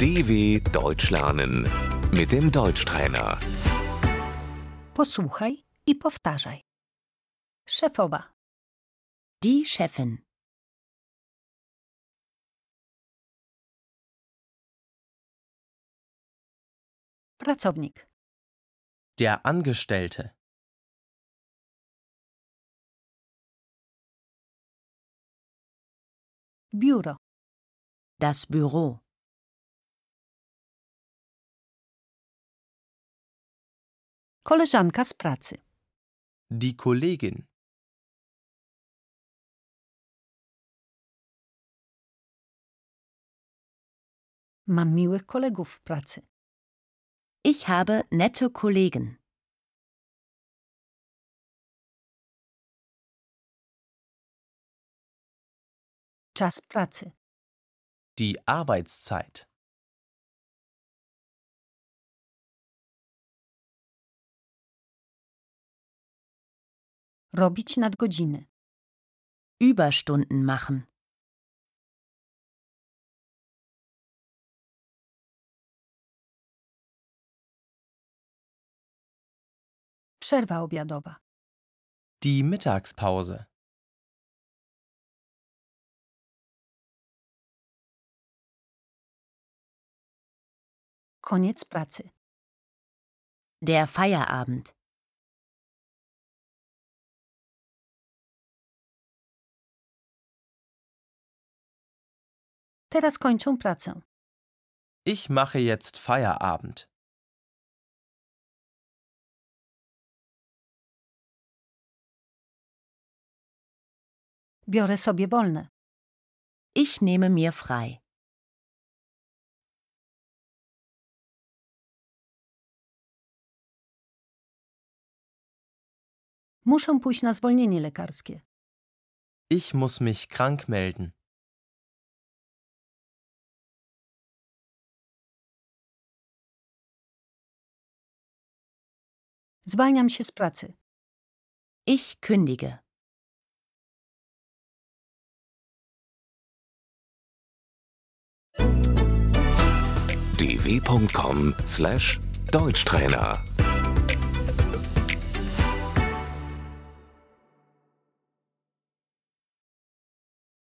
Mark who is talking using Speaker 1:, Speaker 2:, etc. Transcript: Speaker 1: DW Deutsch lernen mit dem Deutschtrainer.
Speaker 2: Posłuchaj i powtarzaj. Szefowa,
Speaker 3: Die Chefin.
Speaker 2: pracownik,
Speaker 4: Der Angestellte.
Speaker 2: biuro,
Speaker 3: Das Büro.
Speaker 2: koleżanka z pracy,
Speaker 4: Die Kollegin.
Speaker 2: mam miłych kolegów w pracy,
Speaker 3: Ich habe nette Kollegen.
Speaker 2: czas pracy,
Speaker 4: Die Arbeitszeit.
Speaker 2: robić nadgodziny,
Speaker 3: Überstunden machen.
Speaker 2: przerwa obiadowa,
Speaker 4: Die Mittagspause.
Speaker 2: koniec pracy,
Speaker 3: Der Feierabend.
Speaker 2: teraz kończą pracę,
Speaker 4: Ich mache jetzt Feierabend.
Speaker 2: biorę sobie wolne,
Speaker 3: Ich nehme mir frei.
Speaker 2: muszę pójść na zwolnienie lekarskie,
Speaker 4: Ich muss mich krank melden.
Speaker 2: zwalniam się z pracy,
Speaker 3: Ich kündige.
Speaker 1: dw.com/deutschtrainer